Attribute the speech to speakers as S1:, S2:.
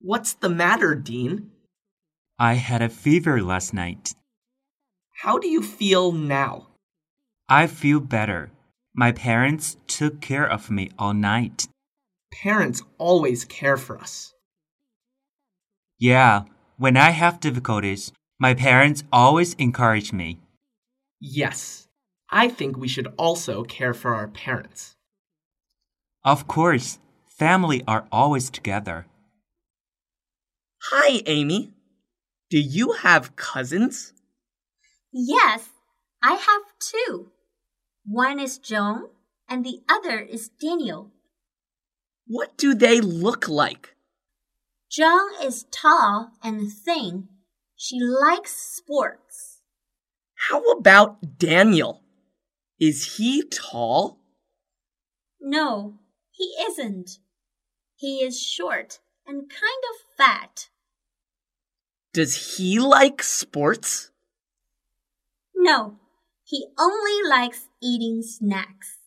S1: What's the matter, Dean?
S2: I had a fever last night.
S1: How do you feel now?
S2: I feel better. My parents took care of me all night.
S1: Parents always care for us.
S2: Yeah, when I have difficulties, my parents always encourage me.
S1: Yes, I think we should also care for our parents.
S2: Of course, family are always together.
S1: Hi, Amy. Do you have cousins?
S3: Yes, I have two. One is Joan and the other is Daniel.
S1: What do they look like?
S3: Joan is tall and thin. She likes sports.
S1: How about Daniel? Is he tall?
S3: No, he isn't. He is short and kind of fat.
S1: Does he like sports?
S3: No, he only likes eating snacks.